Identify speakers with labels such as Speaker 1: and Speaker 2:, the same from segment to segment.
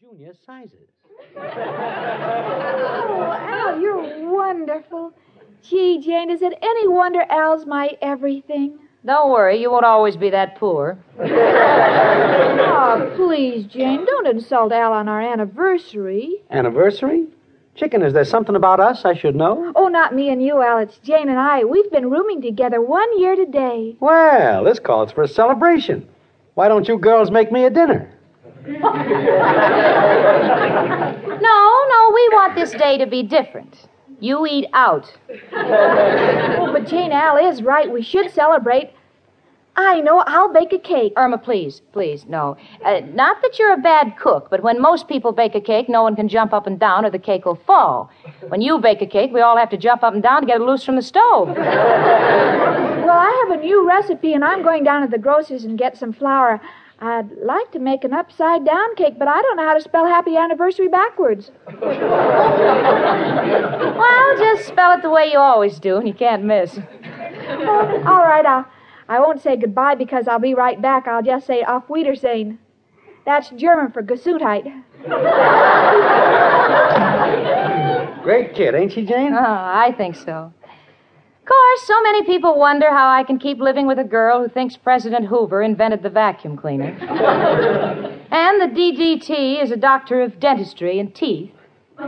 Speaker 1: junior sizes.
Speaker 2: Oh, Al, you're wonderful. Gee, Jane, is it any wonder Al's my everything?
Speaker 3: Don't worry, you won't always be that poor.
Speaker 2: Oh, please, Jane, don't insult Al on our anniversary.
Speaker 1: Anniversary? Chicken, is there something about us I should know?
Speaker 2: Oh, not me and you, Al. It's Jane and I. We've been rooming together one year today.
Speaker 1: Well, this calls for a celebration. Why don't you girls make me a dinner?
Speaker 3: No, no, we want this day to be different. You eat out.
Speaker 2: Oh, but Jane, Al is right. We should celebrate. I know. I'll bake a cake.
Speaker 3: Irma, please, please, no. Uh, not that you're a bad cook, but when most people bake a cake, no one can jump up and down or the cake will fall. When you bake a cake, we all have to jump up and down to get it loose from the stove.
Speaker 2: Well, I have a new recipe, and I'm going down to the grocer's and get some flour. I'd like to make an upside down cake, but I don't know how to spell happy anniversary backwards.
Speaker 3: Well, just spell it the way you always do, and you can't miss.
Speaker 2: Oh, all right, I'll, I won't say goodbye because I'll be right back. I'll just say auf Wiedersehen. That's German for Gesundheit.
Speaker 1: Great kid, ain't she, Jane?
Speaker 3: Oh, I think so. Of course, so many people wonder how I can keep living with a girl who thinks President Hoover invented the vacuum cleaner. and the DDT is a doctor of dentistry and teeth.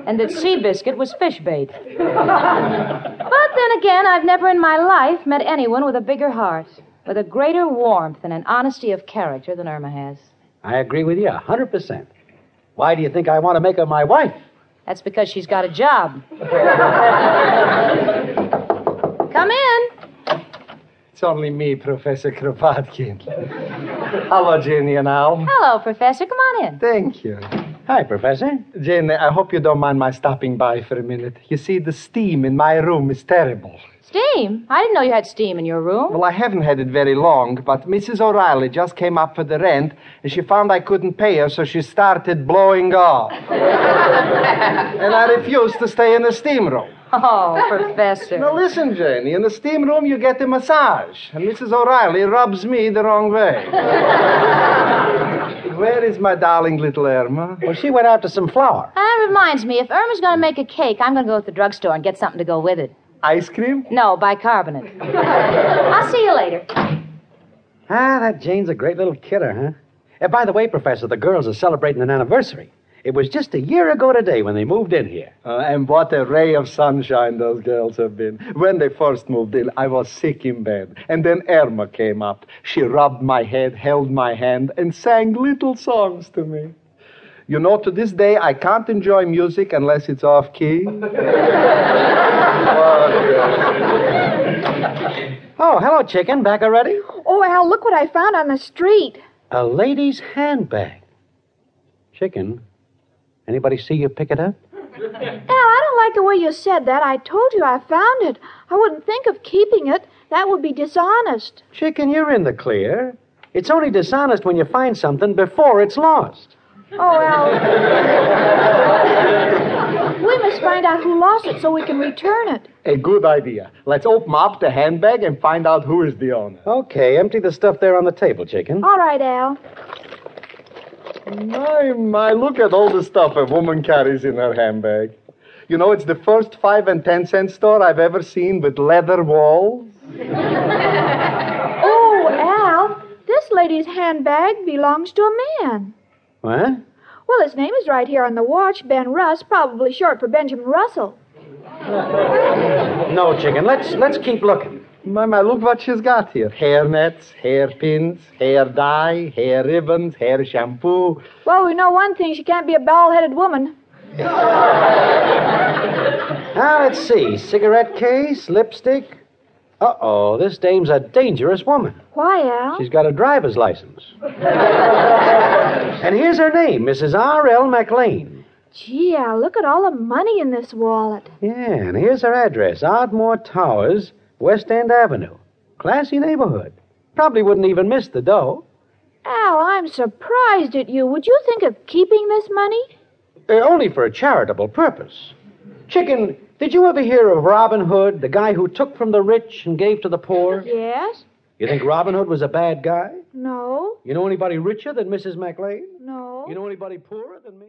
Speaker 3: And that Seabiscuit was fish bait. but then again, I've never in my life met anyone with a bigger heart, with a greater warmth and an honesty of character than Irma has.
Speaker 1: I agree with you a 100%. Why do you think I want to make her my wife?
Speaker 3: That's because she's got a job. Come in.
Speaker 1: It's only me, Professor Kropotkin. Hello, Janie and Al.
Speaker 3: Hello, Professor. Come on in.
Speaker 4: Thank you.
Speaker 1: Hi, Professor.
Speaker 4: Jane, I hope you don't mind my stopping by for a minute. You see, the steam in my room is terrible.
Speaker 3: Steam? I didn't know you had steam in your room.
Speaker 4: Well, I haven't had it very long, but Mrs. O'Reilly just came up for the rent, and she found I couldn't pay her, so she started blowing off. and I refused to stay in the steam room.
Speaker 3: Oh, Professor.
Speaker 4: Now listen, Janie, in the steam room you get a massage, and Mrs. O'Reilly rubs me the wrong way. Where is my darling little Irma?
Speaker 1: Well, she went out to some flour.
Speaker 3: Ah, That reminds me, if Irma's going to make a cake, I'm going to go to the drugstore and get something to go with it.
Speaker 4: Ice cream?
Speaker 3: No, bicarbonate. I'll see you later.
Speaker 1: Ah, that Jane's a great little kidder, huh? And by the way, Professor, the girls are celebrating an anniversary. It was just a year ago today when they moved in here.
Speaker 4: Uh, and what a ray of sunshine those girls have been. When they first moved in, I was sick in bed. And then Irma came up. She rubbed my head, held my hand, and sang little songs to me. You know, to this day, I can't enjoy music unless it's off key.
Speaker 1: Oh, hello, chicken. Back already?
Speaker 2: Oh, Al, look what I found on the street.
Speaker 1: A lady's handbag. Chicken, anybody see you pick it up?
Speaker 2: Al, I don't like the way you said that. I told you I found it. I wouldn't think of keeping it. That would be dishonest.
Speaker 1: Chicken, you're in the clear. It's only dishonest when you find something before it's lost.
Speaker 2: Oh, Al. we must find out who lost it so we can return it.
Speaker 4: a good idea. Let's open up the handbag and find out who is the owner.
Speaker 1: Okay, empty the stuff there on the table, chicken.
Speaker 2: All right, Al.
Speaker 4: My, my, look at all the stuff a woman carries in her handbag. You know, it's the first five and ten cent store I've ever seen with leather walls.
Speaker 2: Oh, Al, this lady's handbag belongs to a man.
Speaker 1: What?
Speaker 2: Well, his name is right here on the watch Ben Russ, probably short for Benjamin Russell.
Speaker 1: No, chicken. Let's let's keep looking.
Speaker 4: My, my, look what she's got here hair nets, hair pins, hair dye, hair ribbons, hair shampoo.
Speaker 2: Well, we know one thing she can't be a bald headed woman.
Speaker 1: Now Ah, let's see. Cigarette case, lipstick. Uh oh, this dame's a dangerous woman.
Speaker 2: Why, Al?
Speaker 1: She's got a driver's license. and here's her name, Mrs. R.L. McLean.
Speaker 2: Gee, Al, look at all the money in this wallet.
Speaker 1: Yeah, and here's her address Ardmore Towers, West End Avenue. Classy neighborhood. Probably wouldn't even miss the dough.
Speaker 2: Al, I'm surprised at you. Would you think of keeping this money?
Speaker 1: Uh, only for a charitable purpose. Chicken, did you ever hear of Robin Hood, the guy who took from the rich and gave to the poor?
Speaker 2: Yes.
Speaker 1: You think Robin Hood was a bad guy?
Speaker 2: No.
Speaker 1: You know anybody richer than Mrs. McLean?
Speaker 2: No.
Speaker 1: You know anybody poorer than me?